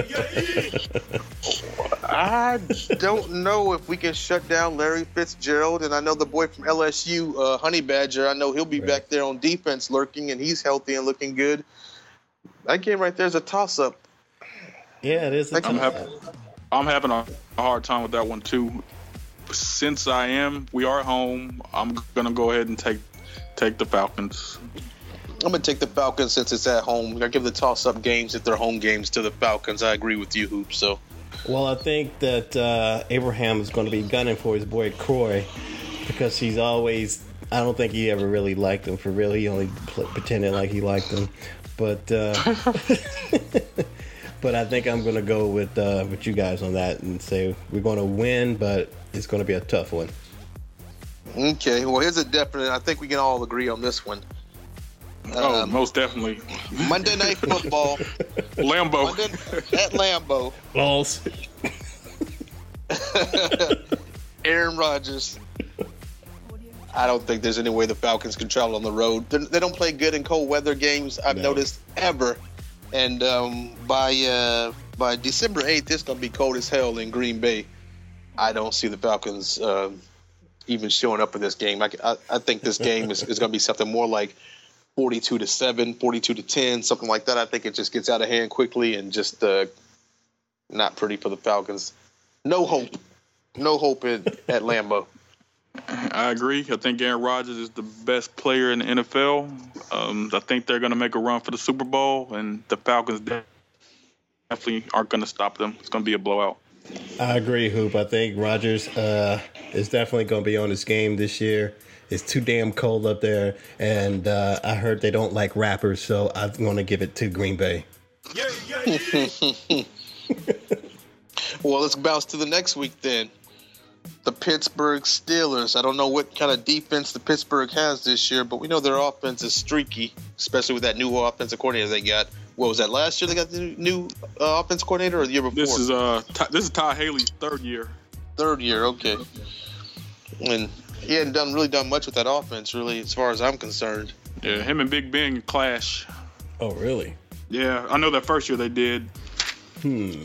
E: I don't know if we can shut down Larry Fitzgerald, and I know the boy from LSU, uh, Honey Badger. I know he'll be
D: Right.
E: back there on defense lurking, and he's healthy and looking good. That game right there is a toss up.
D: yeah, it is.
F: I'm having, I'm having a a hard time with that one too. Since I am, we are home. I'm gonna go ahead and take take the Falcons.
E: I'm gonna take the Falcons since it's at home. I give the toss-up games if they're home games to the Falcons. I agree with you, Hoop. So
D: Well, I think that uh, Abraham is going to be gunning for his boy Croy because he's always. I don't think he ever really liked him for real. He only pl- pretended like he liked him, but uh, but I think I'm going to go with uh, with you guys on that and say we're going to win, but it's going to be a tough one.
E: okay, well here's a definite. I think we can all agree on this one.
F: oh,
E: Um,
F: most definitely,
E: Monday Night Football
F: Lambo.
E: Monday, at Lambeau.
D: Balls.
E: Aaron Rodgers. I don't think there's any way the Falcons can travel on the road. They're, they do not play good in cold weather games. I've
D: No.
E: noticed ever. And um, by uh, by December 8th, it's gonna be cold as hell in Green Bay. I don't see the Falcons uh, even showing up in this game. I, I, I think this game is, is gonna be something more like 42 to 7, 42 to 10, something like that. I think it just gets out of hand quickly and just uh, not pretty for the Falcons. No hope. No hope in, at Lambeau.
F: I agree. I think Aaron Rodgers is the best player in the NFL. Um, I think they're gonna make a run for the Super Bowl, and the Falcons de- definitely aren't gonna stop them. It's gonna be a blowout.
D: I agree, Hoop. I think Rogers uh, is definitely going to be on his game this year. It's too damn cold up there, and uh, I heard they don't like rappers, so I'm going to give it to Green Bay.
L: Well, let's bounce to the next week then. The Pittsburgh Steelers. I don't know what kind of defense the Pittsburgh has this year, but we know their offense is streaky, especially with that new offensive coordinator they got. What was that last year? They got the new uh, offense coordinator, or the year before?
F: This is uh, Ty, this is Ty Haley's third year.
L: third year. Okay, and he hadn't done really done much with that offense, really, as far as I'm concerned.
F: Yeah, him and Big Ben clash.
D: Oh, really?
F: Yeah, I know that first year they did.
D: Hmm.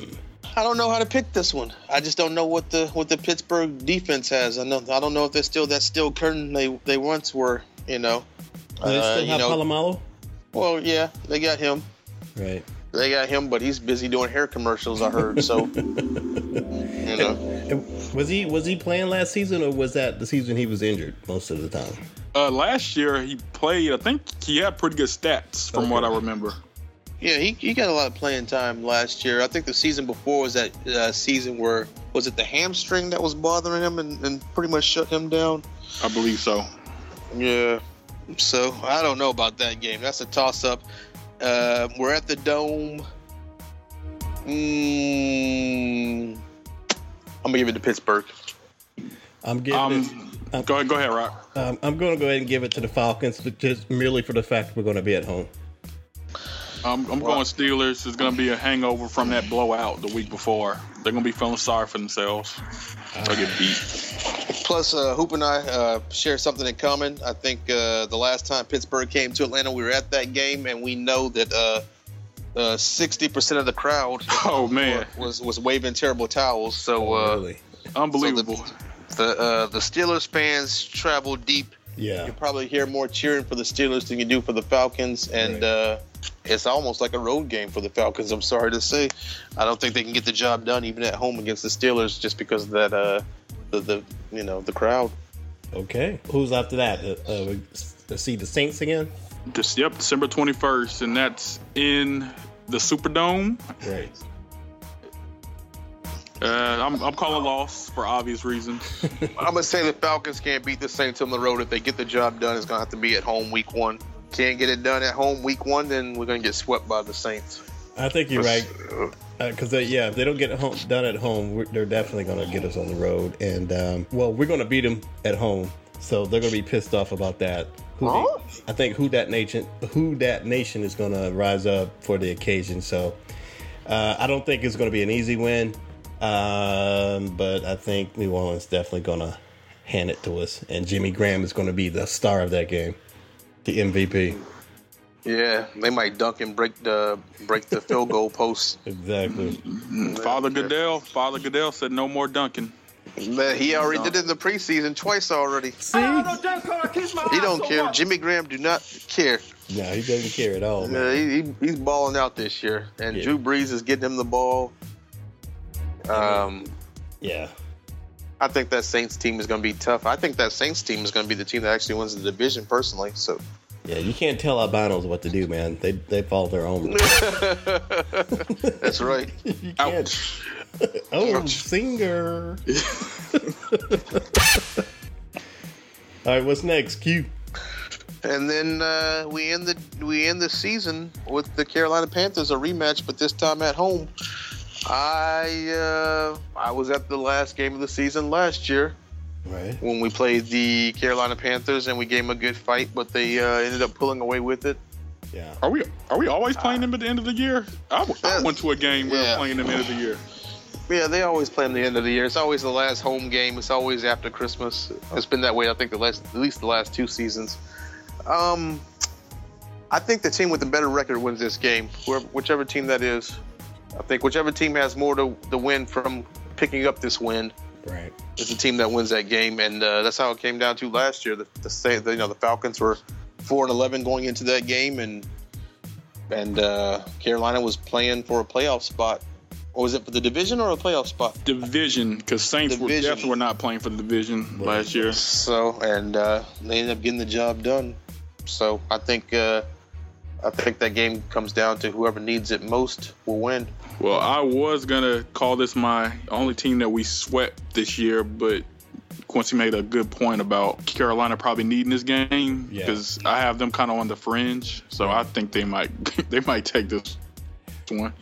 L: I don't know how to pick this one. I just don't know what the what the Pittsburgh defense has. I know I don't know if they're still that steel curtain they they once were. You know,
D: Do they
L: Uh,
D: still
L: you
D: have
L: know-
D: Palomalo?
L: well, yeah, they got him.
D: Right.
L: They got him, but he's busy doing hair commercials. I heard. So, you know,
D: And Was he was he playing last season, or was that the season he was injured most of the time?
F: Uh, last year he played. I think he had pretty good stats from what I remember.
L: yeah, he, he got a lot of playing time last year. I think the season before was that uh, season where was it the hamstring that was bothering him and, and pretty much shut him down.
F: I believe so.
L: Yeah. So I don't know about that game. That's a toss up. Uh, we're at the dome. Mm, I'm gonna give it to Pittsburgh.
D: I'm giving it.
F: Um, go ahead, go ahead, Rock.
D: Um, I'm going to go ahead and give it to the Falcons, but just merely for the fact we're going to be at home.
F: I'm, I'm going Steelers. It's gonna be a hangover from that blowout the week before. They're gonna be feeling sorry for themselves. They'll get beat.
L: Plus, uh, Hoop and I uh, share something in common. I think uh, the last time Pittsburgh came to Atlanta, we were at that game, and we know that uh, sixty percent of the crowd
F: Oh man,
L: was was waving terrible towels. So uh,
D: really?
F: unbelievable.
L: the uh, the Steelers fans travel deep
D: Yeah.
L: you probably hear more cheering for the Steelers than you do for the Falcons, and
D: Right.
L: uh, it's almost like a road game for the Falcons. I'm sorry to say, I don't think they can get the job done even at home against the Steelers just because of that uh, the, the you know the crowd.
D: Okay. Who's after that? Uh, uh, we s- see the Saints again?
F: This, yep, December 21st, and that's in the Superdome.
D: Right.
F: Uh, I'm, I'm calling loss for obvious reasons.
L: I'm gonna say the Falcons can't beat the Saints on the road. If they get the job done, it's gonna have to be at home week one. Can't get it done at home week one, then we're gonna get swept by the Saints.
D: I think you're right. Because they yeah, if they don't get it home, done at home, we're, they're definitely going to get us on the road. And um, well, we're going to beat them at home, so they're going to be pissed off about that. Who they- I think who that nation, who that nation is going to rise up for the occasion. So uh, I don't think it's going to be an easy win, um, but I think New Orleans definitely going to hand it to us, and Jimmy Graham is going to be the star of that game, the MVP.
L: Yeah, they might dunk and break the break the field goal post.
D: Exactly.
F: Father Goodell, Father Goodell said no more dunking.
L: He already did it in the preseason twice already.
C: I don't know, damn car, I kiss my
L: He
C: ass
L: don't
C: so
L: care.
C: much.
L: Jimmy Graham do not care.
D: No, he doesn't care at all. man.
L: Uh, he, he, he's balling out this year, and
D: Yeah.
L: Drew Brees is getting him the ball. Um,
D: Yeah.
L: I think that Saints team is going to be tough. I think that Saints team is going to be the team that actually wins the division, personally. So
D: Yeah, you can't tell albinos what to do, man. They they follow their own.
L: that's right.
D: You can't. oh, singer. All right, what's next? Q.
L: and then uh, we end the we end the season with the Carolina Panthers a rematch, but this time at home. I uh, I was at the last game of the season last year.
D: Right.
L: when we played the Carolina Panthers and we gave them a good fight, but they uh, ended up pulling away with it.
D: Yeah.
F: Are we are we always playing them at the end of the year? I, w- I went to a game where
L: Uh, Yeah.
F: we're playing them end of the year.
L: Yeah, they always play them the end of the year. It's always the last home game. It's always after Christmas. It's been that way, I think, the last, at least the last two seasons. Um, I think the team with the better record wins this game, whoever, whichever team that is. I think whichever team has more to the win from picking up this win
D: Right.
L: is the team that wins that game, and uh, that's how it came down to last year. The, the, Sa- the you know the Falcons were four and eleven going into that game, and and uh, Carolina was playing for a playoff spot. Or was it for the division or a playoff spot?
F: Division, because Saints were
L: Division.
F: definitely were not playing for the division last year.
L: So and uh, they ended up getting the job done. So I think uh, I think that game comes down to whoever needs it most will win.
F: Well, I was gonna call this my only team that we swept this year, but Quincy made a good point about Carolina probably needing this game
D: Yeah.
F: because I have them kind of on the fringe, so I think they might they might take this one.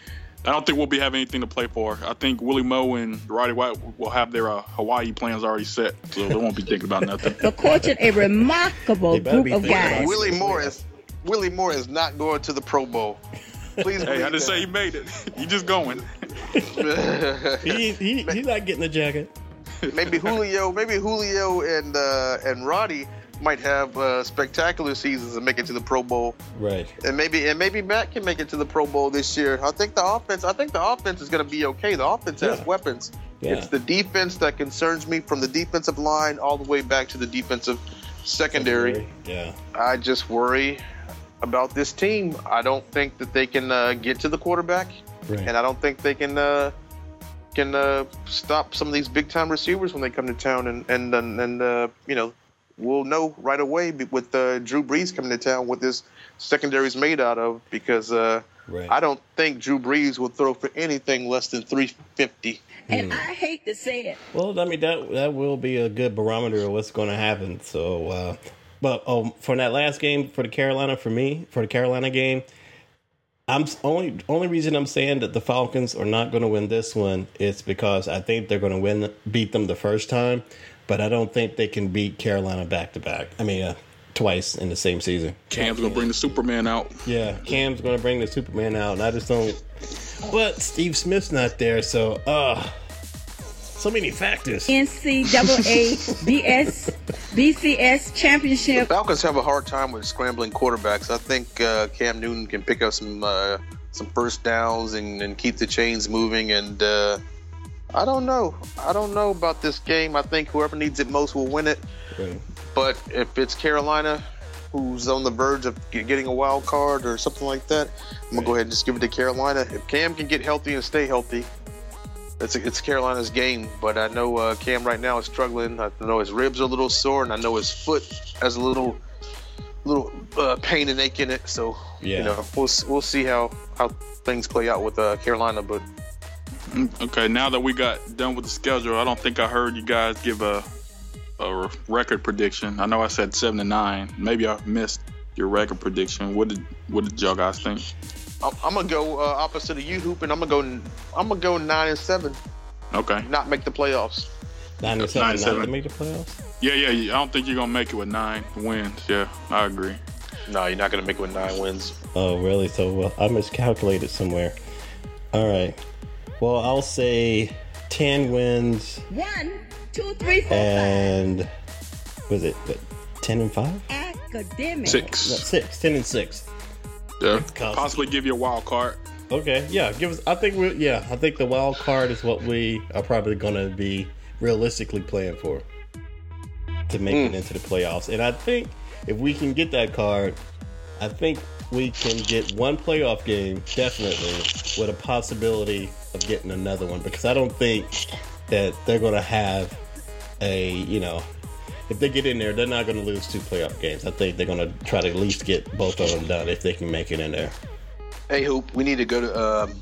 F: I don't think we'll be having anything to play for. I think Willie Moe and Roddy White will have their uh, Hawaii plans already set, so they won't be thinking about nothing.
G: for coaching a remarkable
D: They better
G: group
D: be
G: of
D: thinking about
G: guys.
D: it.
L: Willie Morris. Willie Moore is not going to the Pro Bowl. Please
F: Hey, I
L: believe
F: didn't say he made it. You just going.
L: that.
D: He, he, he's not getting the jacket.
L: maybe Julio, maybe Julio and uh, and Roddy might have uh, spectacular seasons and make it to the Pro Bowl,
D: Right.
L: and maybe and maybe Matt can make it to the Pro Bowl this year. I think the offense, I think the offense is going to be okay. The offense
D: Yeah.
L: has weapons.
D: Yeah.
L: It's the defense that concerns me, from the defensive line all the way back to the defensive secondary.
D: Yeah.
L: I just worry about this team. I don't think that they can uh, get to the quarterback,
D: Right.
L: and I don't think they can uh, can uh, stop some of these big time receivers when they come to town. And and and, and uh, you know, we'll know right away be- with uh, Drew Brees coming to town what this secondary is made out of because uh,
D: Right.
L: I don't think Drew Brees will throw for anything less than three fifty.
G: And I hate to say it.
D: Well, I mean that that will be a good barometer of what's going to happen. So, uh, but um, for that last game for the Carolina, for me, for the Carolina game, I'm s- only only reason I'm saying that the Falcons are not going to win this one is because I think they're going to win beat them the first time, but I don't think they can beat Carolina back to back. I mean, uh, twice in the same season.
F: Cam's gonna bring the Superman out.
D: Yeah, Cam's gonna bring the Superman out, and I just don't. But Steve Smith's not there, so uh, so many factors.
G: NCAA BS BCS championship.
L: Falcons have a hard time with scrambling quarterbacks. I think uh, Cam Newton can pick up some uh, some first downs and, and keep the chains moving. And uh, I don't know. I don't know about this game. I think whoever needs it most will win it.
D: Right.
L: But if it's Carolina, who's on the verge of get- getting a wild card or something like that, I'm gonna go ahead and just give it to Carolina. If Cam can get healthy and stay healthy, it's it's Carolina's game. But I know uh, Cam right now is struggling. I know his ribs are a little sore, and I know his foot has a little little uh, pain and ache in it. So
D: Yeah.
L: you know, we'll s- we'll see how how things play out with uh, Carolina. But
F: Okay, now that we got done with the schedule, I don't think I heard you guys give a a record prediction. I know I said seven to nine. Maybe I missed your record prediction. What did what did y'all guys think?
L: I'm, I'm gonna go uh, opposite of you, hoop, and I'm gonna go I'm gonna go nine and seven,
F: Okay.
L: not make the playoffs.
D: Nine and seven,
F: Nine and
D: not to
F: seven.
D: make the playoffs.
F: Yeah, yeah. yeah. I don't think you're gonna make it with nine wins. Yeah, I agree.
L: No, you're not gonna make it with nine wins.
D: Oh, really? So well, I miscalculated somewhere. All right. Well, I'll say ten wins
G: One, two, three, four, five.
D: and was it what, ten and five?
G: Academic.
D: No,
F: Six.
D: six. Ten and six.
F: Yeah.
D: Cubs.
F: Possibly give you a wild card.
D: Okay. Yeah. Give us. I think we. are Yeah. I think the wild card is what we are probably going to be realistically playing for to make it into the playoffs. And I think if we can get that card, I think we can get one playoff game definitely with a possibility of getting another one because I don't think that they're going to have a you know. If they get in there, they're not going to lose two playoff games. I think they're going to try to at least get both of them done if they can make it in there.
L: Hey Hoop, we need to go to um,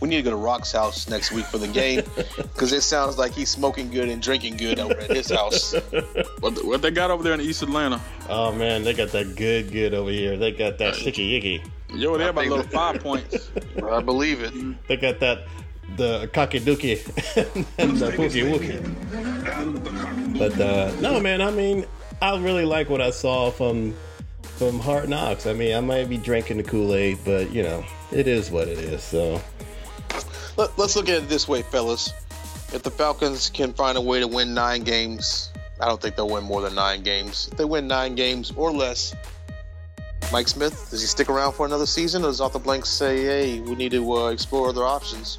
L: we need to go to Rock's house next week for the game because it sounds like he's smoking good and drinking good over at his house.
F: What, what they got over there in East Atlanta?
D: Oh man, they got that good, good over here. They got that sticky icky.
F: Yo, they have about
L: think
F: little
L: that-
F: five points.
L: I believe it.
D: They got that the cocky dookie and the pookie wookie. But uh, no, man. I mean, I really like what I saw from from Hard Knocks. I mean, I might be drinking the Kool Aid, but you know, it is what it is. So
L: Let, let's look at it this way, fellas. If the Falcons can find a way to win nine games, I don't think they'll win more than nine games. If they win nine games or less, Mike Smith does he stick around for another season, or does Arthur Blank say, "Hey, we need to uh, explore other options"?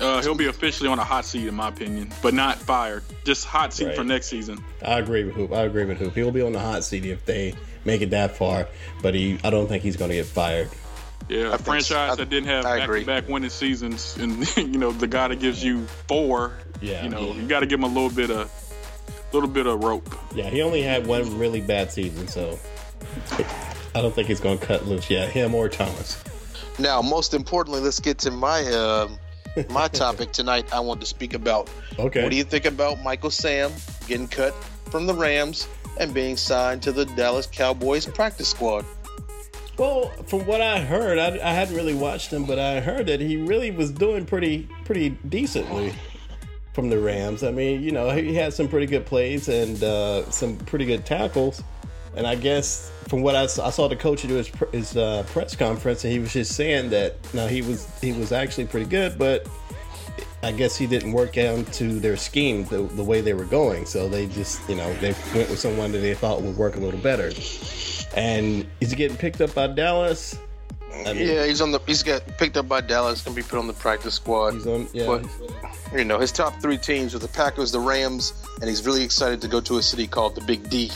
F: Uh, he'll be officially on a hot seat, in my opinion, but not fired. Just hot seat
D: Right.
F: for next season.
D: I agree with Hoop. I agree with Hoop. He'll be on the hot seat if they make it that far. But he, I don't think he's going to get fired.
F: Yeah, a
L: think-
F: franchise
L: I-
F: that didn't have
L: I
F: back
L: agree.
F: to back winning seasons, and you know the guy that gives you four,
D: Yeah.
F: you know you got to give him a little bit of, little bit of rope.
D: Yeah, he only had one really bad season, so I don't think he's going to cut loose yet, him or Thomas.
L: Now, most importantly, let's get to my uh, my topic tonight. I want to speak about.
D: Okay.
L: What do you think about Michael Sam getting cut from the Rams and being signed to the Dallas Cowboys practice squad?
D: Well, from what I heard, I, I hadn't really watched him, but I heard that he really was doing pretty pretty decently from the Rams. I mean, you know, he had some pretty good plays and uh, some pretty good tackles. And I guess from what I saw, I saw the coach do his pr- his uh, press conference, and he was just saying that now he was he was actually pretty good, but I guess he didn't work down to their scheme the, the way they were going. So they just you know they went with someone that they thought would work a little better. And he's getting picked up by Dallas. I mean,
L: Yeah, he's on the. He's got picked up by Dallas. Gonna be put on the practice squad.
D: he's on. Yeah,
L: But you know, his top three teams are the Packers, the Rams, and he's really excited to go to a city called the Big D.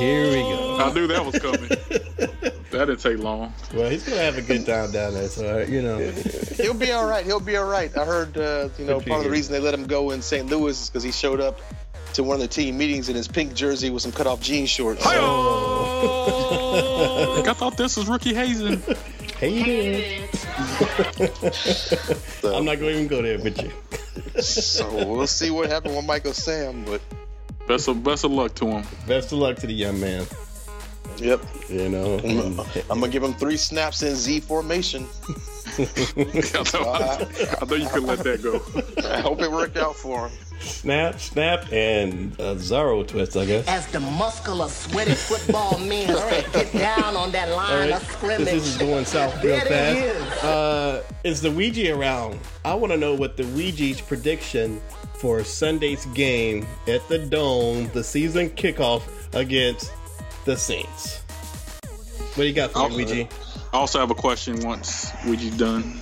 D: here we go.
F: I knew that was coming. that didn't take long.
D: Well, he's gonna have a good time down there, so uh, you know.
L: He'll be all right. He'll be all right. I heard, uh, you know,
D: Good for
L: part of the
D: you.
L: reason they let him go in St. Louis is because he showed up to one of the team meetings in his pink jersey with some cut-off jean shorts.
F: Like, I thought this was rookie hazing.
D: Hey, there. I'm not gonna even go there with you.
L: so we'll see what happened with Michael Sam. But
F: Best of best of luck to him.
D: Best of luck to the young man.
L: yep,
D: You know,
L: I'm,
E: Mm-hmm.
L: I'm gonna give him three snaps in Z formation.
F: I thought, I thought you could let that go.
L: I hope it worked out for him.
D: snap, snap, and a Zorro twist, I guess.
E: As the muscular, sweaty football men get down on that
D: All
E: line
D: right,
E: of
D: this,
E: scrimmage.
D: this is going south real
E: There it
D: fast. Uh, is the Ouija around? I want to know what the Ouija's prediction for Sunday's game at the Dome, the season kickoff against the Saints. What do you got for me,
F: I'll-
D: Ouija?
F: I also have a question. Once would you done?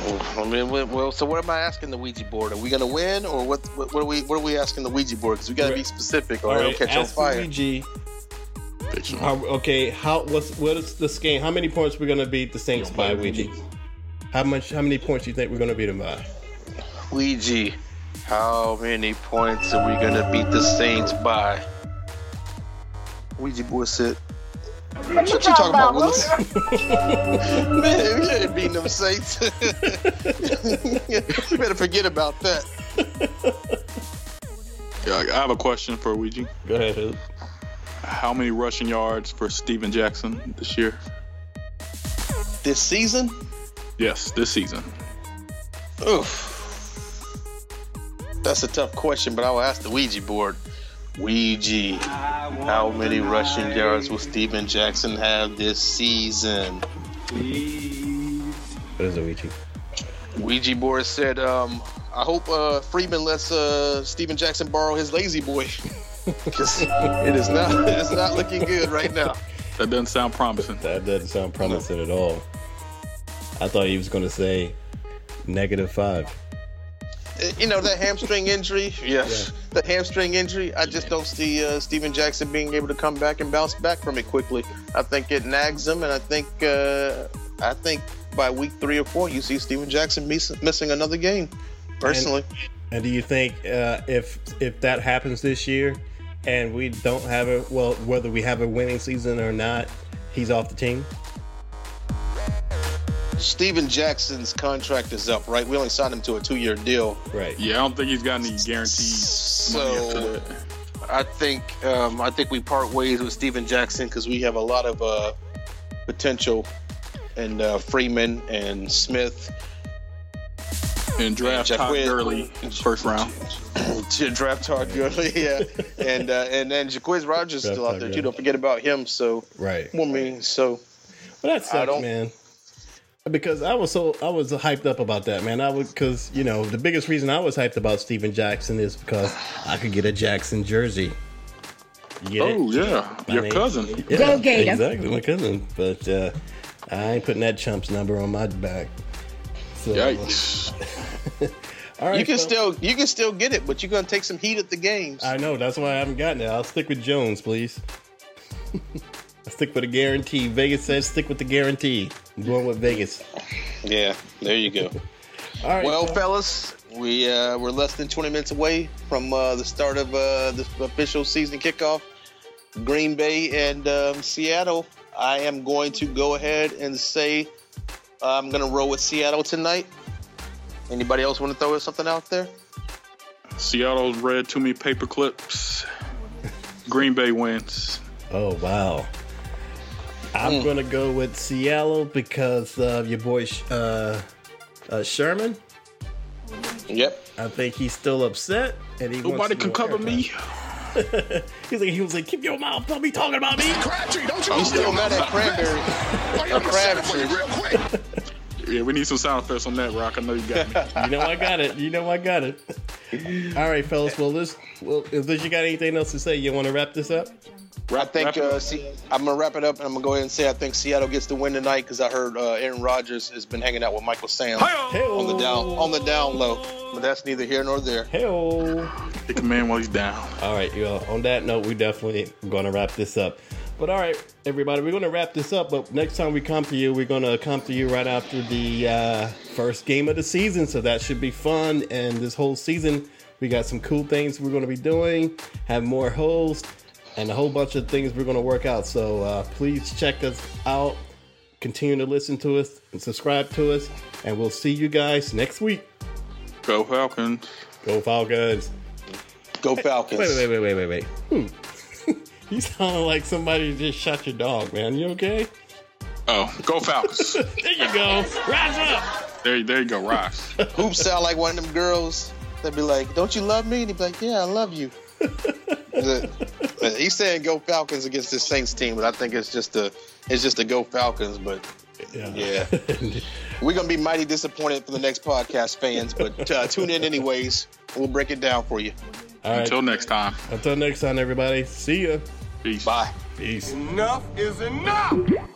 L: Oh, I mean, well- well, so what am I asking the Ouija board? Are we gonna win, or what? What, what are we? What are we asking the Ouija board? Because we gotta be
D: Right.
L: specific, or
D: All
L: it'll
D: right,
L: catch on
D: ask
L: fire.
D: Luigi. How, okay, how what's what is this game? How many points we're gonna beat the Saints by Ouija? How much? How many points do you think we're gonna beat them by?
L: Ouija, how many points are we gonna beat the Saints by? Ouija boy said. What you talking about, Willis? Man, we ain't beating them Saints. you better forget about that.
F: Yeah, I I have a question for Ouija.
D: Go ahead. Hoop.
F: How many rushing yards for Steven Jackson this year?
L: This season?
F: Yes, this season.
L: Oof. That's a tough question, but I will ask the Ouija board. Ouija, how many rushing yards will Steven Jackson have this season?
D: What is Ouija?
L: Ouija board said, um, I hope uh, Freeman lets uh, Steven Jackson borrow his lazy boy. 'Cause it is not it's not looking good right now.
F: That doesn't sound promising.
D: That doesn't sound promising at all. I thought he was gonna say negative five.
L: Uh, You know, that hamstring injury, yeah,
D: Yeah.
L: the hamstring injury, I just don't see uh, Steven Jackson being able to come back and bounce back from it quickly. I think it nags him, and I think uh, I think by week three or four, you see Steven Jackson miss- missing another game, personally.
D: And do you think uh, if if that happens this year, and we don't have a well, whether we have a winning season or not, he's off the team?
L: Steven Jackson's contract is up, right? We only signed him to a two year deal.
D: Right.
F: Yeah, I don't think he's got any guarantees.
L: So I think um, I think we part ways with Steven Jackson because we have a lot of uh, potential and uh, Freeman and Smith
F: And draft
L: Jack
F: Todd
L: Witt.
F: Gurley first round.
L: to draft Todd Gurley, yeah, and uh, and then Jaquiz Rogers
D: Draft
L: still
D: Todd
L: out there
D: Gurley.
L: too. Don't forget about him. So
D: Right.
L: I mean, so
D: Well, that sucks,
L: don't-
D: man. Because I was so I was hyped up about that, man. I would because you know the biggest reason I was hyped about Steven Jackson is because I could get a Jackson jersey. You get it?
F: Oh yeah, your
D: mean-
F: cousin.
D: Yeah,
M: Go Gator.
D: Exactly, my cousin. But uh, I ain't putting that chump's number on my back. So,
F: Yikes.
D: all right,
L: you
D: well,
L: can still you can still get it, but you're gonna take some heat at the games.
D: I know that's why I haven't gotten it. I'll stick with Jones, please. I stick with a guarantee. Vegas says stick with the guarantee. I'm going with Vegas.
L: yeah, there you go.
D: All right.
L: Well,
D: so-
L: fellas, we uh, we're less than 20 minutes away from uh, the start of uh, the official season kickoff.
E: Green Bay and um, Seattle, I am going to go ahead and say uh, I'm going to roll with Seattle tonight. Anybody else want to throw something out there?
F: Seattle's read too many paper clips. Green Bay wins.
D: Oh wow. I'm
F: Mm.
D: gonna go with Seattle because of your boy Sh- uh, uh, Sherman.
E: Yep.
D: I think he's still upset, and he wants
F: Nobody
D: some
F: can
D: more
F: cover me.
D: airtime. he's like, he was like, keep your mouth, don't be talking about me.
N: Crabtree, don't you
E: He's still mad at Cranberry.
N: Why you upset it for you real quick?
F: Yeah, we need some sound effects on that, Rock. I know you got me.
D: You know I got it. You know I got it. All right, fellas. Well, this. Well, unless you got anything else to say, you want to wrap this up?
E: I think uh, see, I'm gonna wrap it up, and I'm gonna go ahead and say I think Seattle gets the win tonight because I heard uh, Aaron Rodgers has been hanging out with Michael Sam on the down on the down low, but that's neither here nor there.
D: Hell.
F: Take a man while he's down.
D: All right, y'all. On that note, we definitely going to wrap this up. But all right, everybody, we're going to wrap this up. But next time we come to you, we're going to come to you right after the uh, first game of the season. So that should be fun. And this whole season, we got some cool things we're going to be doing, have more hosts, and a whole bunch of things we're going to work out. So uh, please check us out. Continue to listen to us and subscribe to us. And we'll see you guys next week.
F: Go Falcons.
D: Go Falcons.
E: Go Falcons.
D: Wait, wait, wait, wait, wait, wait. Hmm. you sound like somebody just shot your dog, man. You okay?
F: Oh, go Falcons.
D: There you go. Rise up.
F: there, there you go, Rock.
E: Hoop sound like one of them girls that be like, "Don't you love me?" And he'd be like, "Yeah, I love you." The- He's saying go Falcons against this Saints team, but I think it's just a it's just a go Falcons. But yeah, we're gonna be mighty disappointed for the next podcast, fans. But uh, tune in anyways. We'll break it down for you.
D: All right.
F: Until next time.
D: Until next time, everybody. See ya.
F: Peace.
E: Bye.
D: Peace.
N: Enough is enough.